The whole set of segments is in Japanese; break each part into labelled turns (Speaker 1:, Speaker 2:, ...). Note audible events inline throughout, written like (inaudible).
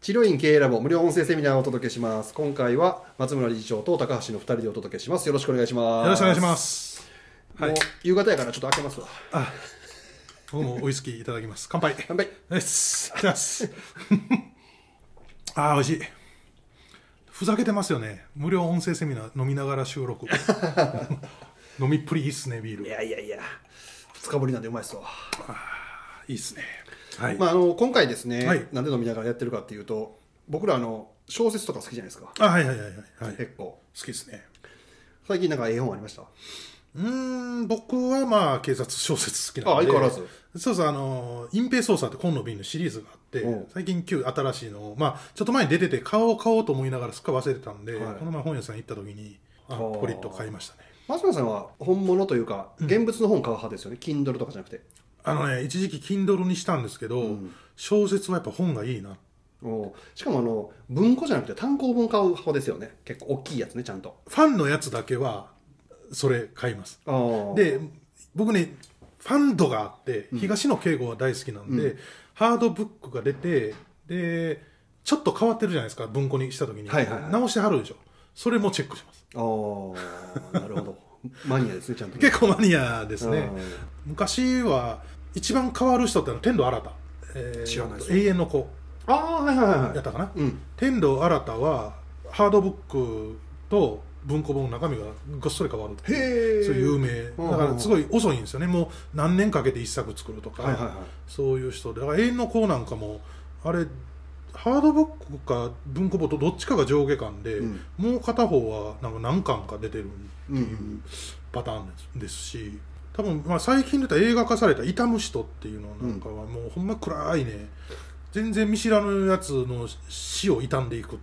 Speaker 1: 治療院経営ラボ無料音声セミナーをお届けします今回は松村理事長と高橋の2人でお届けしますよろしくお願いします
Speaker 2: よろしくお願いします。
Speaker 1: もう
Speaker 2: はい
Speaker 1: 夕方やからちょっと開けますわ
Speaker 2: あ、僕もウイスキーいただきます。乾杯。
Speaker 1: 乾杯
Speaker 2: です。いただきます。 (laughs) あー、美味しい。ふざけてますよね。無料音声セミナー飲みながら収 (laughs) 録。飲みっぷりいいっすね、ビール。
Speaker 1: い
Speaker 2: い
Speaker 1: やいやいや2日ぶりなんでうまいっすわ、
Speaker 2: いっすね。はい。
Speaker 1: まあ、あの今回ですね、
Speaker 2: はい
Speaker 1: なんで飲みながらやってるかっていうと僕らあの小説とか好きじゃないですか
Speaker 2: あ、はいはいはいはいはい。好
Speaker 1: 結構
Speaker 2: きですね。
Speaker 1: 最近なんか絵本ありました
Speaker 2: うーん、僕はまあ警察小説好きな
Speaker 1: あ
Speaker 2: んで。
Speaker 1: 相変わらず。
Speaker 2: そうそう、あの、隠蔽捜査って今野瓶のシリーズがあって
Speaker 1: うん、
Speaker 2: 最近旧新しいのを、まあちょっと前に出てて買おう買おうと思いながらすっかり忘れてたんで、
Speaker 1: はい
Speaker 2: この前本屋さん行った時に、あ
Speaker 1: あー
Speaker 2: ポリッと買いましたね。
Speaker 1: 松村さんは本物というか現物の本買う派ですよね、Kindle とかじゃなくて
Speaker 2: あのね、一時期 Kindle にしたんですけど、
Speaker 1: うん
Speaker 2: 小説はやっぱ本がいいな。
Speaker 1: おしかもあの文庫じゃなくて単行本買う派ですよね結構大きいやつねちゃんと
Speaker 2: ファンのやつだけは、それ買います。
Speaker 1: あで
Speaker 2: で僕ねファンドがあって東野圭吾は大好きなんで、ハードブックが出てでちょっと変わってるじゃないですか文庫にした時に、
Speaker 1: はいはいはい
Speaker 2: 直してはるでしょそれもチェックします
Speaker 1: ああなるほどマニアですねちゃんとね
Speaker 2: 結構マニアですね
Speaker 1: あー
Speaker 2: 昔は一番変わる人ってあの天童新、えー
Speaker 1: 知らないです
Speaker 2: 永遠の子
Speaker 1: あーはいはいはい
Speaker 2: やったかな、
Speaker 1: うん
Speaker 2: 天童新はハードブックと文庫本の中身がごっそり変わる
Speaker 1: へえ
Speaker 2: そういう有
Speaker 1: うん
Speaker 2: 名だからすごい遅いんですよねもう何年かけて一作作るとか、
Speaker 1: はいはいはい
Speaker 2: そういう人でだから永遠の子なんかもあれハードブックか文庫本とどっちかが上下巻で、
Speaker 1: うん
Speaker 2: もう片方はなんか何巻か出てるって
Speaker 1: うんう
Speaker 2: いうんパターンです,、し多分まあ最近出た映画化された「痛む人」っていうのなんかはもうほんま暗いね全然見知らぬやつの死を傷んでいく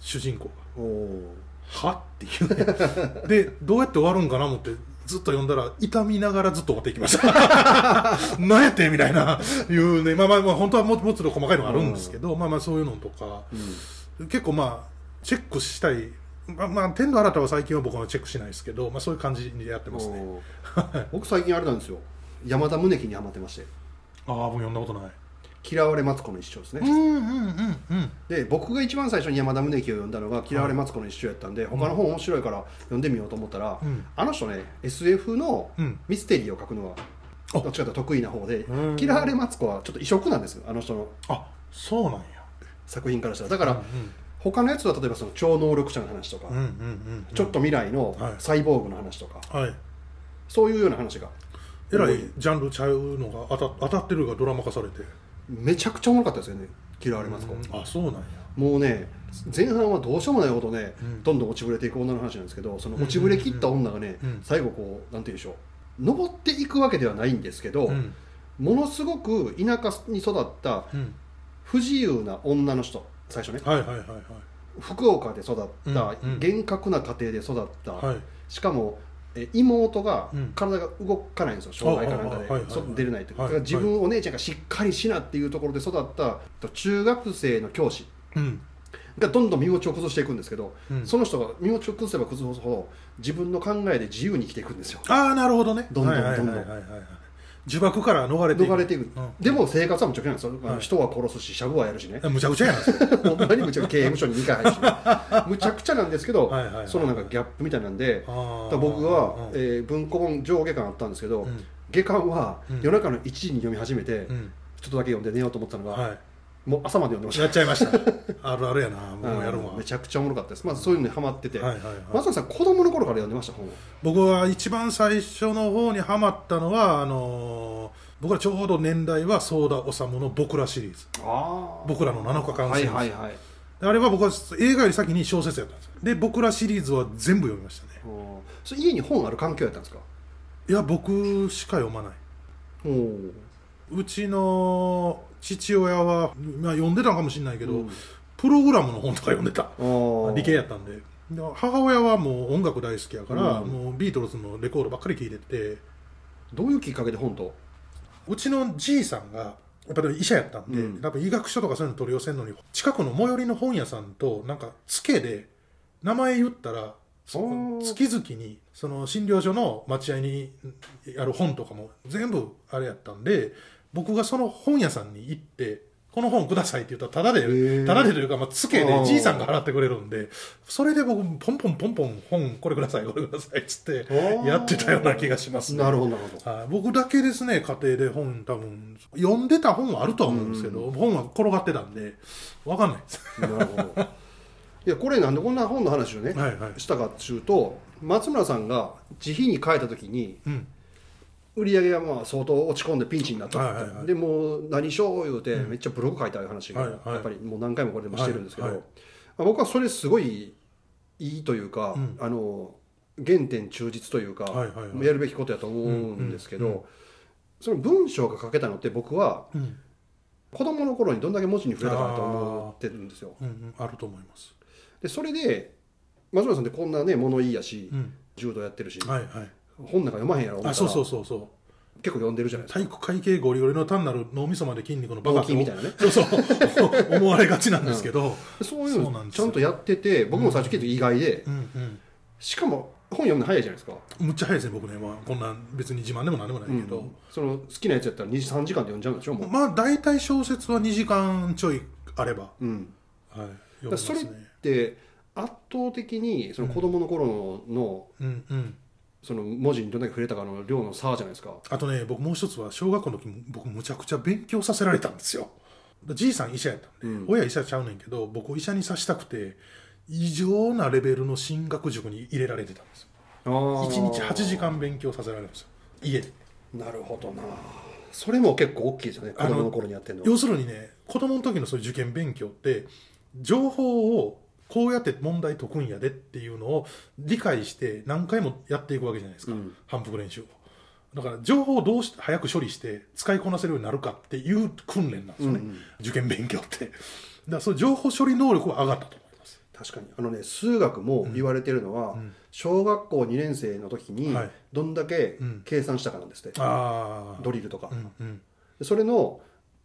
Speaker 2: 主人公が
Speaker 1: おお
Speaker 2: はっていうねでどうやって終わるんかな思ってずっと読んだら痛みながらずっと終わっていきました (laughs) なんやってみたいないうねまあまあまあ本当はももうちょっと細かいのがあるんですけど、まあまあそういうのとか結構まあチェックしたいまあまあ天童新は最近は僕はチェックしないですけどまあそういう感じでやってますね
Speaker 1: 僕最近あれなんですよ山田宗樹にハマってまして
Speaker 2: ああ僕読んだことない
Speaker 1: 「嫌われマツコの一生」ですね、
Speaker 2: うんうんうんうん
Speaker 1: で僕が一番最初に山田宗樹を読んだのが「嫌われマツコの一生」やったんで、他の本面白いから読んでみようと思ったら、
Speaker 2: うん
Speaker 1: あの人ね SF の
Speaker 2: うん
Speaker 1: ミステリーを書くのは
Speaker 2: あ
Speaker 1: どっちかというと得意な方で
Speaker 2: うん
Speaker 1: 「嫌われマツコ」はちょっと異色なんですよあの人の
Speaker 2: あそうなんや
Speaker 1: 作品からしたらだから、
Speaker 2: う
Speaker 1: 他のやつは例えばその超能力者の話とか、
Speaker 2: んうんうんうんうん
Speaker 1: ちょっと未来の
Speaker 2: はい
Speaker 1: サイボーグの話とか、
Speaker 2: はい
Speaker 1: そういうような話が
Speaker 2: えらいジャンルちゃうのが当た当たってるがドラマ化されて
Speaker 1: めちゃくちゃおもろかったですよね「嫌われマツコ」
Speaker 2: あそうなんや
Speaker 1: もうね前半はどうしようもないほどね、
Speaker 2: うん
Speaker 1: どんどん落ちぶれていく女の話なんですけどその落ちぶれ切った女がね、
Speaker 2: うん
Speaker 1: 最後こうなんて言うんでしょう登っていくわけではないんですけど、
Speaker 2: うん
Speaker 1: ものすごく田舎に育った
Speaker 2: うん
Speaker 1: 不自由な女の人最初ね
Speaker 2: はいはいはいはい
Speaker 1: 福岡で育った、
Speaker 2: うんうん
Speaker 1: 厳格な家庭で育った、
Speaker 2: はい
Speaker 1: しかもえ妹が
Speaker 2: うん
Speaker 1: 体が動かないんですよ、障害かなんかで
Speaker 2: あああはいはいはい
Speaker 1: 外に出れないというか、
Speaker 2: はい
Speaker 1: だから自分お姉ちゃんがしっかりしなっていうところで育ったと中学生の教師
Speaker 2: うん
Speaker 1: がどんどん身持ちを崩していくんですけど、
Speaker 2: うん
Speaker 1: その人が身持ちを崩せば崩すほど自分の考えで自由に生きていくんですよ
Speaker 2: ああなるほどね
Speaker 1: どんどん
Speaker 2: はいはい
Speaker 1: どんどん
Speaker 2: はいはいはい呪縛から逃れていく
Speaker 1: 逃れていく、
Speaker 2: うん
Speaker 1: でも生活はむちゃくちゃなんですよ、あの
Speaker 2: はい
Speaker 1: 人は殺すしシャブはやるし
Speaker 2: (laughs)
Speaker 1: ね
Speaker 2: あむちゃくちゃやな
Speaker 1: (laughs)
Speaker 2: それ
Speaker 1: ほんまにむちゃくちゃ刑務所に2回入るしね、むちゃくちゃなんですけど
Speaker 2: はいはいはい
Speaker 1: そのなんかギャップみたいなんで
Speaker 2: あー
Speaker 1: だから僕は、
Speaker 2: うん
Speaker 1: えー文庫本上下巻あったんですけど、
Speaker 2: うん
Speaker 1: 下巻は
Speaker 2: うん
Speaker 1: 夜中の1時に読み始めて、
Speaker 2: うん
Speaker 1: ちょっとだけ読んで寝ようと思ってたのが、
Speaker 2: は
Speaker 1: もう朝まで読んでまし
Speaker 2: い
Speaker 1: た
Speaker 2: やっちゃいましたあるあるやなもうやる
Speaker 1: う
Speaker 2: わ
Speaker 1: んめちゃくちゃおもろかったです、まあ、そういうのにハマってて、
Speaker 2: はいはいはい
Speaker 1: 松田さん子供の頃から読んでました本を
Speaker 2: 僕は一番最初の方にハマったのはあのー僕らちょうど年代はソーダ治の僕らシリーズ
Speaker 1: あ
Speaker 2: 僕らの7日間
Speaker 1: は
Speaker 2: シ
Speaker 1: い
Speaker 2: リーズ、
Speaker 1: はいはい
Speaker 2: あれは僕は映画より先に小説やったんですよで僕らシリーズは全部読みましたね
Speaker 1: うんそれ家に本ある環境やったんですか
Speaker 2: いや僕しか読まない
Speaker 1: おー
Speaker 2: うちの父親は、まあ、読んでたのかもしれないけど、
Speaker 1: うん
Speaker 2: プログラムの本とか読んでた
Speaker 1: あー
Speaker 2: 理系やったんでで母親はもう音楽大好きやから、
Speaker 1: うん
Speaker 2: もうビートルズのレコードばっかり聴いてて
Speaker 1: どういうきっかけで本と
Speaker 2: うちのじいさんがやっぱり医者やったんで、
Speaker 1: うん
Speaker 2: やっぱ医学書とかそういうの取り寄せるのに近くの最寄りの本屋さんとなんかツケで名前言ったらそ
Speaker 1: おー
Speaker 2: 月々にその診療所の待合にある本とかも全部あれやったんで僕がその本屋さんに行って「この本くださいって言ったら、ただ
Speaker 1: へ
Speaker 2: で、
Speaker 1: え
Speaker 2: ただでというか、まあ、つけ
Speaker 1: あ
Speaker 2: で
Speaker 1: ー
Speaker 2: じいさんが払ってくれるんで、それで僕、ポンポンポンポン本、これください、これくださいっつって
Speaker 1: あー、
Speaker 2: やってたような気がしますね。
Speaker 1: なるほどなるほど
Speaker 2: はい、僕だけですね、家庭で本、多分読んでた本はあるとは思うんですけど、本は転がってたんで、わかんないです。 (laughs)
Speaker 1: なるほど。いやこれなんでこんな本の話をね、
Speaker 2: は
Speaker 1: (laughs)
Speaker 2: いはい
Speaker 1: したかっちゅうと松村さんが自費に書いた時に
Speaker 2: うん、
Speaker 1: 売り上げがまあ相当落ち込んでピンチになったって、
Speaker 2: はいはいはい
Speaker 1: でもう何しよう言うてめっちゃブログ書いたいう話が、
Speaker 2: はいはい
Speaker 1: やっぱりもう何回もこれでもしてるんですけど、
Speaker 2: はいはい
Speaker 1: まあ僕はそれすごいいいというか、
Speaker 2: うん
Speaker 1: あの原点忠実というか、
Speaker 2: はいはいはい
Speaker 1: やるべきことやと思うんですけど、
Speaker 2: うんうんう
Speaker 1: その文章が書けたのって僕は
Speaker 2: うん、
Speaker 1: 子供の頃にどんだけ文字に触れたかなと思ってるんですよ。
Speaker 2: うんうん、あると思います。
Speaker 1: でそれで松村さんってこんなね物言いやし、
Speaker 2: うん、
Speaker 1: 柔道やってるし、
Speaker 2: はいはい。
Speaker 1: 本なんか読まへんやろ思ったら
Speaker 2: あ、そうそうそうそう。
Speaker 1: 結構読んでるじゃないです
Speaker 2: 体育会系ゴリゴリの単なる脳みそまで筋肉の
Speaker 1: か
Speaker 2: バカ
Speaker 1: 動
Speaker 2: って
Speaker 1: きみたいなね
Speaker 2: そうそう
Speaker 1: (laughs)
Speaker 2: 思われがちなんですけど、
Speaker 1: そうい
Speaker 2: そううな
Speaker 1: の
Speaker 2: んです
Speaker 1: ちゃ
Speaker 2: よ
Speaker 1: んとやってて僕も最初聞いて意外で、
Speaker 2: うんうん
Speaker 1: しかも本読むの早いじゃないですか、
Speaker 2: むっちゃ早いですね僕ね、まあ、こんな別に自慢でもなんでもないけど、
Speaker 1: その好きなやつやったら2時3時間で読んじゃうんでしょもう、
Speaker 2: まあ大体小説は2時間ちょいあれば、は
Speaker 1: うん、
Speaker 2: い、
Speaker 1: だか
Speaker 2: 読めま
Speaker 1: ら
Speaker 2: す
Speaker 1: そ
Speaker 2: ね
Speaker 1: れって圧倒的にその子供の頃の,、の
Speaker 2: うんうん、
Speaker 1: その文字にどんだけ触れたかの量の差じゃないですか
Speaker 2: あとね僕もう一つは小学校の時僕むちゃくちゃ勉強させられたんですよじいさん医者やったんで、
Speaker 1: うん
Speaker 2: 親医者ちゃうねんけど僕を医者にさしたくて異常なレベルの進学塾に入れられてたんですよ
Speaker 1: あー
Speaker 2: 1日8時間勉強させられるんですよ家で
Speaker 1: なるほどなそれも結構大きいですよね子供の頃にやってるの
Speaker 2: 要するにね子供の時のそういう受験勉強って情報をこうやって問題解くんやでっていうのを理解して何回もやっていくわけじゃないですか、
Speaker 1: うん
Speaker 2: 反復練習をだから情報をどうし早く処理して使いこなせるようになるかっていう訓練なんですよね、
Speaker 1: うんうん
Speaker 2: 受験勉強ってだからそういう情報処理能力は上がったと思います
Speaker 1: 確かにあのね数学も言われてるのは、
Speaker 2: うん
Speaker 1: 小学校2年生の時に
Speaker 2: はい
Speaker 1: どんだけ
Speaker 2: うん
Speaker 1: 計算したかなんですって、
Speaker 2: ああ
Speaker 1: ドリルとか、
Speaker 2: うんうん
Speaker 1: でそれの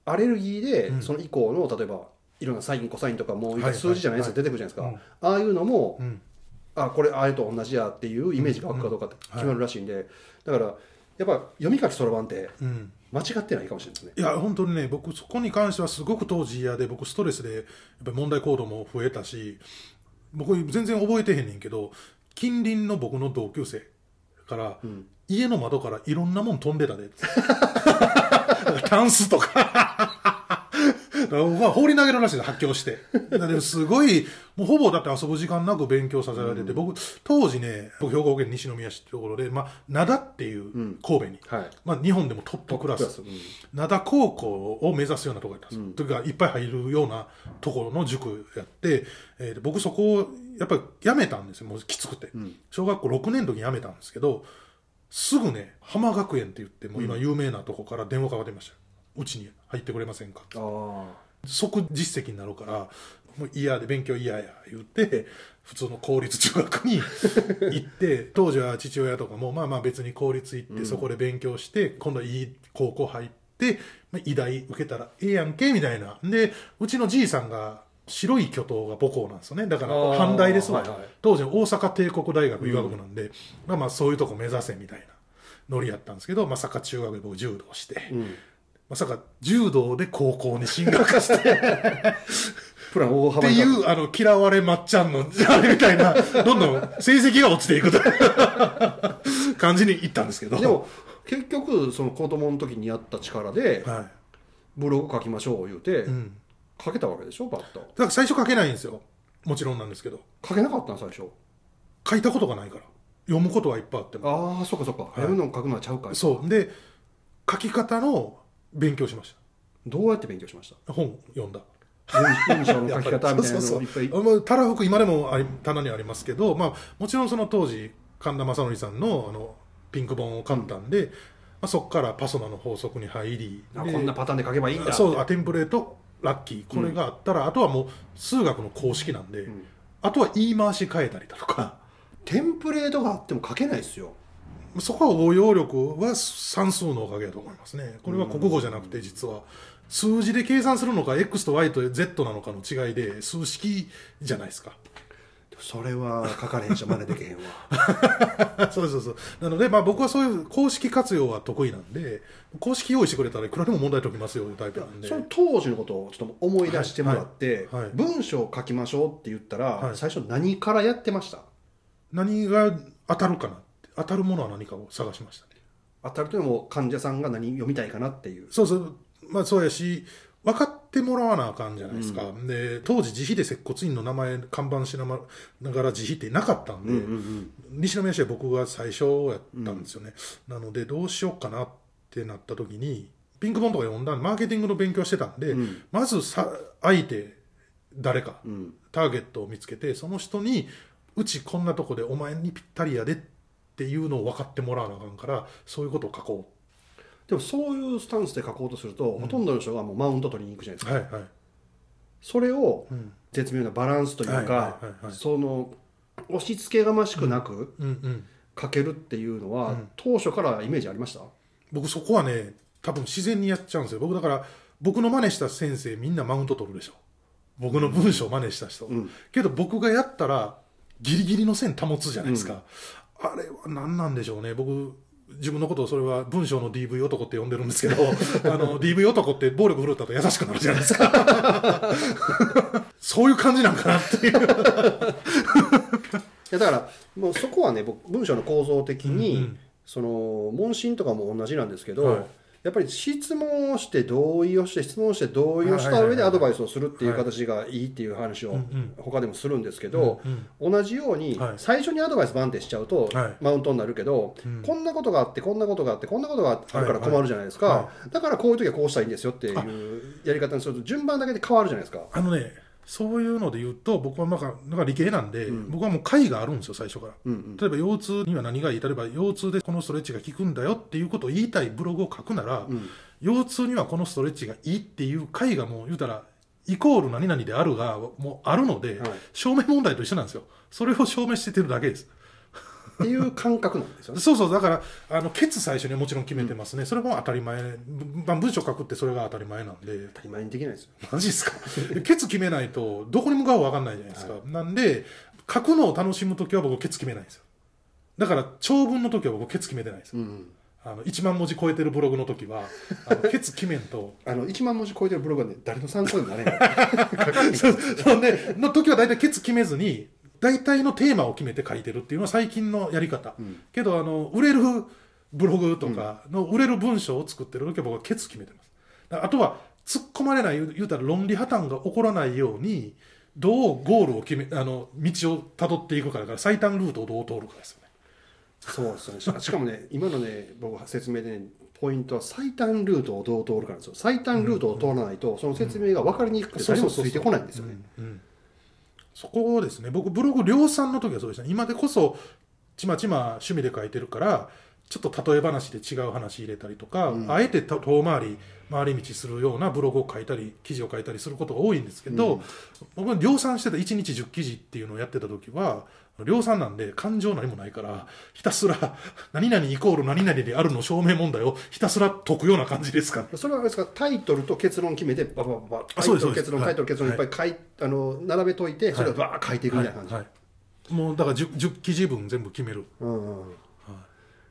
Speaker 1: アレルギーで、
Speaker 2: うん
Speaker 1: その以降の例えばいろんなサインコサインとかも
Speaker 2: はいう
Speaker 1: 数字じゃないやつが出てくるじゃないですか、
Speaker 2: はいはい
Speaker 1: ああいうのも、
Speaker 2: うん
Speaker 1: あこれあれと同じやっていうイメージが湧くかどうかって決まるらしいんで、だからやっぱ読み書きそろばんって
Speaker 2: うん
Speaker 1: 間違ってないかもしれないですね
Speaker 2: いや本当にね僕そこに関してはすごく当時嫌で僕ストレスでやっぱり問題行動も増えたし僕全然覚えてへんねんけど近隣の僕の同級生から、
Speaker 1: ん
Speaker 2: 家の窓からいろんなもん飛んで (laughs) たでタンスとか (laughs) 僕は放り投げるらしいです発狂してだってすごいもうほぼだって遊ぶ時間なく勉強させられてて、僕当時ね僕兵庫県西宮市ってところで、まあ、灘ってい
Speaker 1: ん
Speaker 2: う神戸に、
Speaker 1: はい
Speaker 2: まあ、日本でもトップクラ
Speaker 1: う
Speaker 2: ス
Speaker 1: ん
Speaker 2: 灘高校を目指すようなところやったんですよ、というかいっぱい入るようなところの塾やって、えーで僕そこをやっぱり辞めたんですよもうきつくて、
Speaker 1: ん
Speaker 2: 小学校6年の時に辞めたんですけどすぐね浜学園って言ってもう今有名なとこから電話かかってきましたようちに入ってくれませんかって
Speaker 1: あー
Speaker 2: 即実績になるからもう嫌で勉強嫌や言って普通の公立中学
Speaker 1: (laughs)
Speaker 2: に行って当時は父親とかもまあまあ別に公立行ってそこで勉強して、今度はいい高校入って、まあ、医大受けたらええやんけみたいなでうちのじいさんが白い巨頭が母校なんですよねだから
Speaker 1: あー
Speaker 2: 反対ですわ、
Speaker 1: はいはい
Speaker 2: 当時の大阪帝国大学医学部なんで、まあまあそういうとこ目指せみたいなノリやったんですけどまさか中学で僕柔道して、
Speaker 1: うん
Speaker 2: まさか柔道で高校に進学して
Speaker 1: プラン大
Speaker 2: っ
Speaker 1: 幅
Speaker 2: て
Speaker 1: に
Speaker 2: い
Speaker 1: 変わ
Speaker 2: う、あの、嫌われまっちゃんの、 (laughs) あれみたいな、どんどん成績が落ちていくと (laughs) 感じにいったんですけど。
Speaker 1: るでも結局その子供の時にやった力で
Speaker 2: は
Speaker 1: ブログ書きましょう言うて、
Speaker 2: い。うん。
Speaker 1: 書けたわけでしょバッと
Speaker 2: だから最初書けないんですよ。もちろんなんですけど。
Speaker 1: 書けなかったん最初
Speaker 2: 書いたことがないから。読むことはいっぱいあっても。
Speaker 1: ああそっかそっか、
Speaker 2: い
Speaker 1: やるの書くのはちゃうかい
Speaker 2: そう。で、書き方の勉強しまし
Speaker 1: どうやって勉強しました
Speaker 2: た。本読んだ。
Speaker 1: 文文章の書き方みたいなの
Speaker 2: そ
Speaker 1: を
Speaker 2: う
Speaker 1: いっ
Speaker 2: そ
Speaker 1: ぱ
Speaker 2: う
Speaker 1: い
Speaker 2: そうまあたらふく今でもあり棚にありますけど、まあ、もちろんその当時神田正則さんのあのピンク本を買ったんで、まあ、そこからパソナの法則に入り
Speaker 1: あ
Speaker 2: で
Speaker 1: こんなパターンで書けばいいんだ
Speaker 2: そうあテンプレートラッキーこれがあったら、あとはもう数学の公式なんで、
Speaker 1: ん
Speaker 2: あとは言い回し変えたりだとか
Speaker 1: テンプレートがあっても書けないですよ
Speaker 2: そこは応用力は算数のおかげだと思いますねこれは国語じゃなくて実は数字で計算するのか (laughs) X と Y と Z なのかの違いで数式じゃないですか
Speaker 1: それは書かれへんし真似できへ (laughs) んわ
Speaker 2: そうそうそう。なので、まあ僕はそういう公式活用は得意なんで、公式用意してくれたらいくらでも問題解きますよ、いうタイプなんで。
Speaker 1: その当時のことをちょっと思い出してもらって、
Speaker 2: はいはいはい
Speaker 1: 文章を書きましょうって言ったら、
Speaker 2: はい
Speaker 1: 最初何からやってました
Speaker 2: 何が当たるかなって当たるものは何かを探しましたね。
Speaker 1: 当たるというのも患者さんが何読みたいかなっていう
Speaker 2: そうそう。まあそうやし、分かってもらわなあかんじゃないですか。で、当時、自費で接骨院の名前、看板しながら自費ってなかったんで、西宮市は僕が最初やったんですよね、なのでどうしようかなってなった時にピンク本とか読んだんでマーケティングの勉強してたんで、
Speaker 1: うん
Speaker 2: まずさ相手誰か
Speaker 1: うん
Speaker 2: ターゲットを見つけてその人にうちこんなとこでお前にぴったりやでっていうのを分かってもらわなあかんからそういうことを書こ
Speaker 1: でもそういうスタンスで書こうとすると、ほとんどの人がもうマウント取りに行くじゃないです
Speaker 2: う
Speaker 1: か、
Speaker 2: はいはい、
Speaker 1: それを
Speaker 2: うん、
Speaker 1: 絶妙なバランスというか、
Speaker 2: はいはいはいはい
Speaker 1: その押し付けがましくなく
Speaker 2: うんうん
Speaker 1: 書けるっていうのは、
Speaker 2: うん
Speaker 1: 当初からイメージありました、
Speaker 2: 僕そこはね多分自然にやっちゃうんですよ僕だから僕の真似した先生みんなマウント取るでしょ僕の文章真似した人、
Speaker 1: うん
Speaker 2: けど僕がやったらギリギリの線保つじゃないですか、あれは何なんでしょうね僕自分のことをそれは文章の DV 男って呼んでるんですけど (laughs) あの DV 男って暴力振るったと優しくなるじゃないですか (laughs) そういう感じなんかなっていう、
Speaker 1: いやだからもうそこはね僕文章の構造的に、
Speaker 2: うんうん
Speaker 1: その問診とかも同じなんですけど、
Speaker 2: はい
Speaker 1: やっぱり質問をして同意をして質問して同意をした
Speaker 2: はいはいは
Speaker 1: 上
Speaker 2: い
Speaker 1: でアドバイスをするっていう形がいいっていう話
Speaker 2: うんう
Speaker 1: を
Speaker 2: ん
Speaker 1: 他でもするんですけど、
Speaker 2: うんうん
Speaker 1: 同じように
Speaker 2: はい
Speaker 1: 最初にアドバイスバンってしちゃうと
Speaker 2: はい
Speaker 1: マウントになるけど、
Speaker 2: うん
Speaker 1: こんなことがあってこんなことがあってこんなことがあるから困るじゃないですか、
Speaker 2: はいはいは
Speaker 1: だからこういう時はこうしたらいいんですよっていうやり方にすると順番だけで変わるじゃないですか。
Speaker 2: あのねそういうので言うと僕はなんかなんか理系なんで、
Speaker 1: うん
Speaker 2: 僕はもう解があるんですよ最初から。
Speaker 1: うんうん
Speaker 2: 例えば腰痛には何がいい例えば腰痛でこのストレッチが効くんだよっていうことを言いたいブログを書くなら、
Speaker 1: うん
Speaker 2: 腰痛にはこのストレッチがいいっていう回がもう言うたらイコール何々であるがもうあるので、
Speaker 1: はい
Speaker 2: 証明問題と一緒なんですよそれを証明してってるだけです
Speaker 1: っていう感覚なんですよね。
Speaker 2: そうそうだからあのケツ最初にはもちろん決めてますね、それも当たり前、まあ、文章書くってそれが当たり前なんで
Speaker 1: 当たり前にできないですよ。
Speaker 2: マジですか (laughs) ケツ決めないとどこに向かうか分かんないじゃないですか、なんで書くのを楽しむ時は僕ケツ決めないんですよだから長文の時は僕ケツ決めてないんですよ、
Speaker 1: うん
Speaker 2: あの1万文字超えてるブログの時はあのケツ決めんと
Speaker 1: あの1万文字超えてるブログはね誰の参考にもなれない書かない
Speaker 2: そうそうね、の時は大体ケツ決めずに大体のテーマを決めて書いてるっていうのは最近のやり方、
Speaker 1: ん
Speaker 2: けどあの売れるブログとかの売れる文章を作ってる時は僕はケツ決めてますだからあとは突っ込まれない言う言うたら論理破綻が起こらないようにどうゴールを決めあの道をたどっていくかだから最短ルートをどう通るかですよね
Speaker 1: そうですねししかもね今のね僕は説明でねポイントは最短ルートをどう通るかなんですよ最短ルートを通らないとその説明が分かりにくくて誰もついてこないんですよね
Speaker 2: うんうんそこをですね僕ブログ量産の時はそうでしたね今でこそちまちま趣味で書いてるからちょっと例え話で違う話入れたりとか、
Speaker 1: うん
Speaker 2: あえてと遠回り回り道するようなブログを書いたり記事を書いたりすることが多いんですけど、
Speaker 1: うん
Speaker 2: 僕は量産してた1日10記事っていうのをやってた時は量産なんで感情何もないからひたすら (laughs) 何々イコール何々であるの証明問題をひたすら解くような感じですかね。
Speaker 1: それはあれですかタイトルと結論決めてババババタ
Speaker 2: あ
Speaker 1: イ
Speaker 2: そ
Speaker 1: ト
Speaker 2: うで
Speaker 1: ル結
Speaker 2: す
Speaker 1: 論
Speaker 2: そうです
Speaker 1: タイトル結論いっぱい書い、あの並べといてそれをバーッ書いていくみたいな感じ、
Speaker 2: はいはいもうだから 10, 10記事分全部決める
Speaker 1: うんうんだか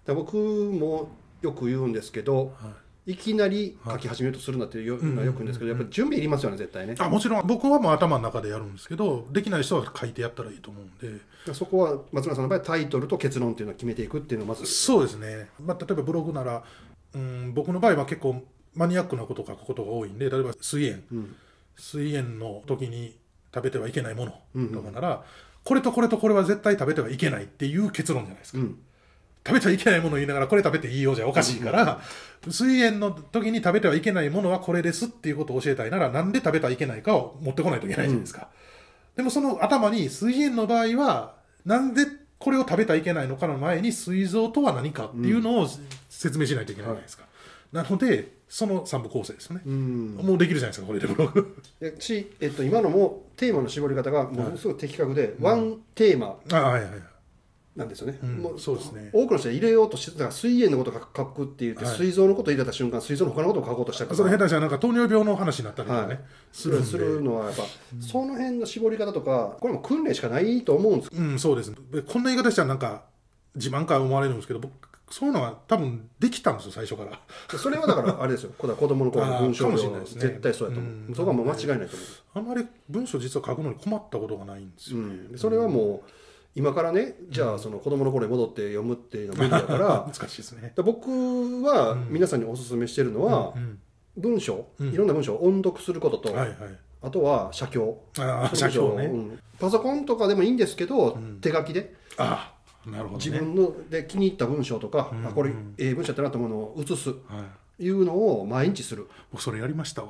Speaker 1: ら僕もよく言うんですけど、い、きなり書き始めようとするなっていうよ,、よく言うんですけどやっぱり準備いりますよね絶対ね
Speaker 2: あもちろん僕はもう頭の中でやるんですけどできない人は書いてやったらいいと思うんで
Speaker 1: そこは松村さんの場合タイトルと結論っていうのを決めていくっていうのをまず
Speaker 2: そうですね、まあ、例えばブログならうん僕の場合は結構マニアックなことを書くことが多いんで例えば水炎
Speaker 1: うん
Speaker 2: 水炎の時に食べてはいけないものとかなら、これとこれとこれは絶対食べてはいけないっていう結論じゃないですか、
Speaker 1: うん
Speaker 2: 食べちゃいけないものを言いながらこれ食べていいよじゃおかしいから、水炎の時に食べてはいけないものはこれですっていうことを教えたいならなんで食べてはいけないかを持ってこないといけないじゃないですか、でもその頭に水炎の場合はなんでこれを食べてはいけないのかの前に膵臓とは何かっていうのを説明しないといけないじゃないですか、なのでその3部構成ですよね、
Speaker 1: うん
Speaker 2: もうできるじゃないですかこれでブログ
Speaker 1: えし、えっと、今のもテーマの絞り方がものすごい的確で、ワンテーマ
Speaker 2: あはいはいはい
Speaker 1: なんですよね、
Speaker 2: うん
Speaker 1: もう
Speaker 2: そうですね
Speaker 1: 多くの人は入れようとしてただから水炎のことを書くって言って、
Speaker 2: はい
Speaker 1: 膵臓のことを入れた瞬間膵臓の他のことを書こうとしたりと
Speaker 2: そ
Speaker 1: か
Speaker 2: れ下手したらなんか糖尿病の話になったりとかね、
Speaker 1: はい
Speaker 2: するんです
Speaker 1: るのはやっぱ、その辺の絞り方とかこれも訓練しかないと思うんです
Speaker 2: うん、そうですね。でこんな言い方したらなんか自慢か思われるんですけど、僕、そういうのは多分できたんですよ、最初から。
Speaker 1: けどそれはだからあれですよこれは子供の頃の文章
Speaker 2: あーかもしれ
Speaker 1: 量
Speaker 2: ないですね
Speaker 1: 絶対そうやと思う、
Speaker 2: うん
Speaker 1: そこはもう間違いないと思
Speaker 2: あんまり文章実は書くのに困ったことがないんですよ。
Speaker 1: う、うん、それはもう今からねじゃあその子供の頃に戻って読むっていうのは無理だからだか
Speaker 2: 難しいですね。
Speaker 1: ら僕は皆さんにお勧めしてるのは
Speaker 2: う、ん、
Speaker 1: 文章、
Speaker 2: うん
Speaker 1: いろんな文章を音読することと、
Speaker 2: はいはい。
Speaker 1: あとは写経
Speaker 2: ああ、
Speaker 1: そ
Speaker 2: 社
Speaker 1: れこ
Speaker 2: 長
Speaker 1: そう
Speaker 2: ね。
Speaker 1: んパソコンとかでもいいんですけど、
Speaker 2: うん
Speaker 1: 手書きで
Speaker 2: ああ、なるほどね。
Speaker 1: 自分ので気に入った文章とか、
Speaker 2: うん
Speaker 1: あこれ
Speaker 2: うん
Speaker 1: ええ文章やったなと思うのを写す
Speaker 2: はい、
Speaker 1: いうのを毎日する、
Speaker 2: 僕、それやりましたわ。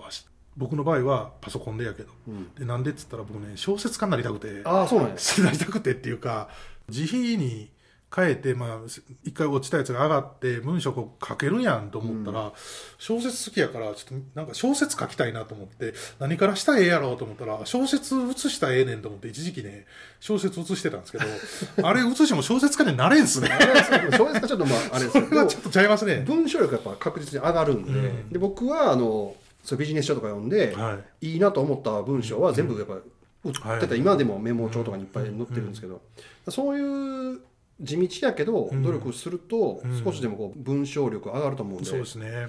Speaker 2: 僕の場合はパソコンでやけど。で、なんでっつったら僕ね、小説家になりたくて。
Speaker 1: ああそうなんです
Speaker 2: なりたくてっていうか自費に変えて、まあ、一回落ちたやつが上がって文章こう書けるやんと思ったら、小説好きやからちょっとなんか小説書きたいなと思って何からしたらええやろうと思ったら小説写したらええねんと思って一時期ね小説写してたんですけどあれ写しても小説家になれんすね
Speaker 1: あれは小説がちょっとまあ (laughs) あれですけ
Speaker 2: これは
Speaker 1: ど
Speaker 2: (laughs) ちょっとちゃいますね、
Speaker 1: 文章力がやっぱ確実に上がるんで,、
Speaker 2: うん
Speaker 1: で僕はあのそうビジネス書とか読んで、
Speaker 2: はい
Speaker 1: いいなと思った文章は全部やっぱ売ってた、
Speaker 2: はい
Speaker 1: 今でもメモ帳とかにいっぱい載ってるんですけど、そういう地道やけど
Speaker 2: うん
Speaker 1: 努力すると
Speaker 2: うん
Speaker 1: 少しでもこう文章力上がると思うんで、
Speaker 2: そうですね、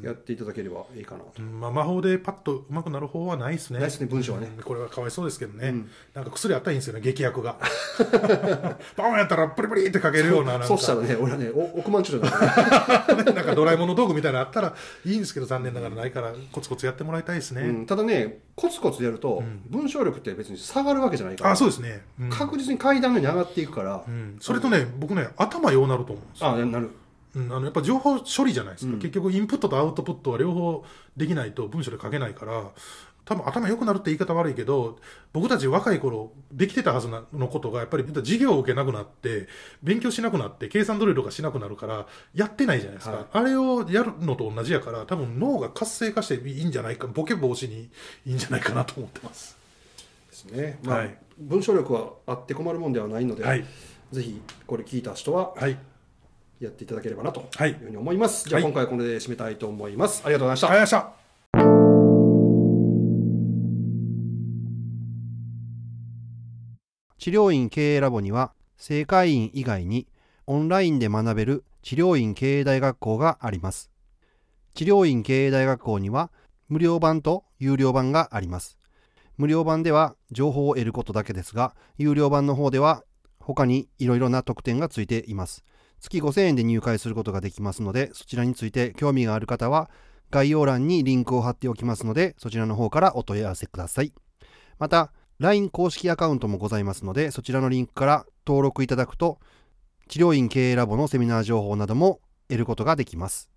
Speaker 2: うん
Speaker 1: やっていただければいいかなと、
Speaker 2: うんまあ、魔法でパッと上手くなる方はないですね
Speaker 1: ないですね文章はね
Speaker 2: うんこれはかわいそうですけどね、
Speaker 1: うん
Speaker 2: なんか薬あったらいいんですよね劇薬が (laughs) バーンやったらプリプリってかけるようななんか
Speaker 1: そうしたらね俺はねお億万長者だから、ね、
Speaker 2: (laughs) なんかドラえもんの道具みたいなのあったらいいんですけど残念ながらないからコツコツやってもらいたいですね、
Speaker 1: うんただねコツコツやると文章力って別に下がるわけじゃないから、
Speaker 2: あそうですね、うん
Speaker 1: 確実に階段のように上がっていくから、
Speaker 2: うんそれとね僕ね頭ようなると思うんですよ
Speaker 1: あなる
Speaker 2: うん、あのやっぱ情報処理じゃないですか、
Speaker 1: うん
Speaker 2: 結局インプットとアウトプットは両方できないと文章で書けないから多分頭良くなるって言い方悪いけど僕たち若い頃できてたはずなのことがやっぱり授業を受けなくなって勉強しなくなって計算努力とかしなくなるからやってないじゃないですか、
Speaker 1: はい
Speaker 2: あれをやるのと同じやから多分脳が活性化していいんじゃないかボケ防止にいいんじゃないかなと思ってます、
Speaker 1: ですね、まあ
Speaker 2: はい
Speaker 1: 文章力はあって困るもんではないので、
Speaker 2: はい
Speaker 1: ぜひこれ聞いた人は
Speaker 2: はい、
Speaker 1: やっていただければなと
Speaker 2: はい
Speaker 1: いうふうに思います、じゃあ
Speaker 2: はい
Speaker 1: 今回はこれで締めたいと思いますありがとうございました、
Speaker 2: ありがとうございました
Speaker 3: 治療院経営ラボには正会員以外にオンラインで学べる治療院経営大学校があります治療院経営大学校には無料版と有料版があります無料版では情報を得ることだけですが有料版の方では他にいろいろな特典がついています月5000円で入会することができますのでそちらについて興味がある方は概要欄にリンクを貼っておきますのでそちらの方からお問い合わせくださいまた LINE 公式アカウントもございますので、そちらのリンクから登録いただくと、治療院経営ラボのセミナー情報なども得ることができます。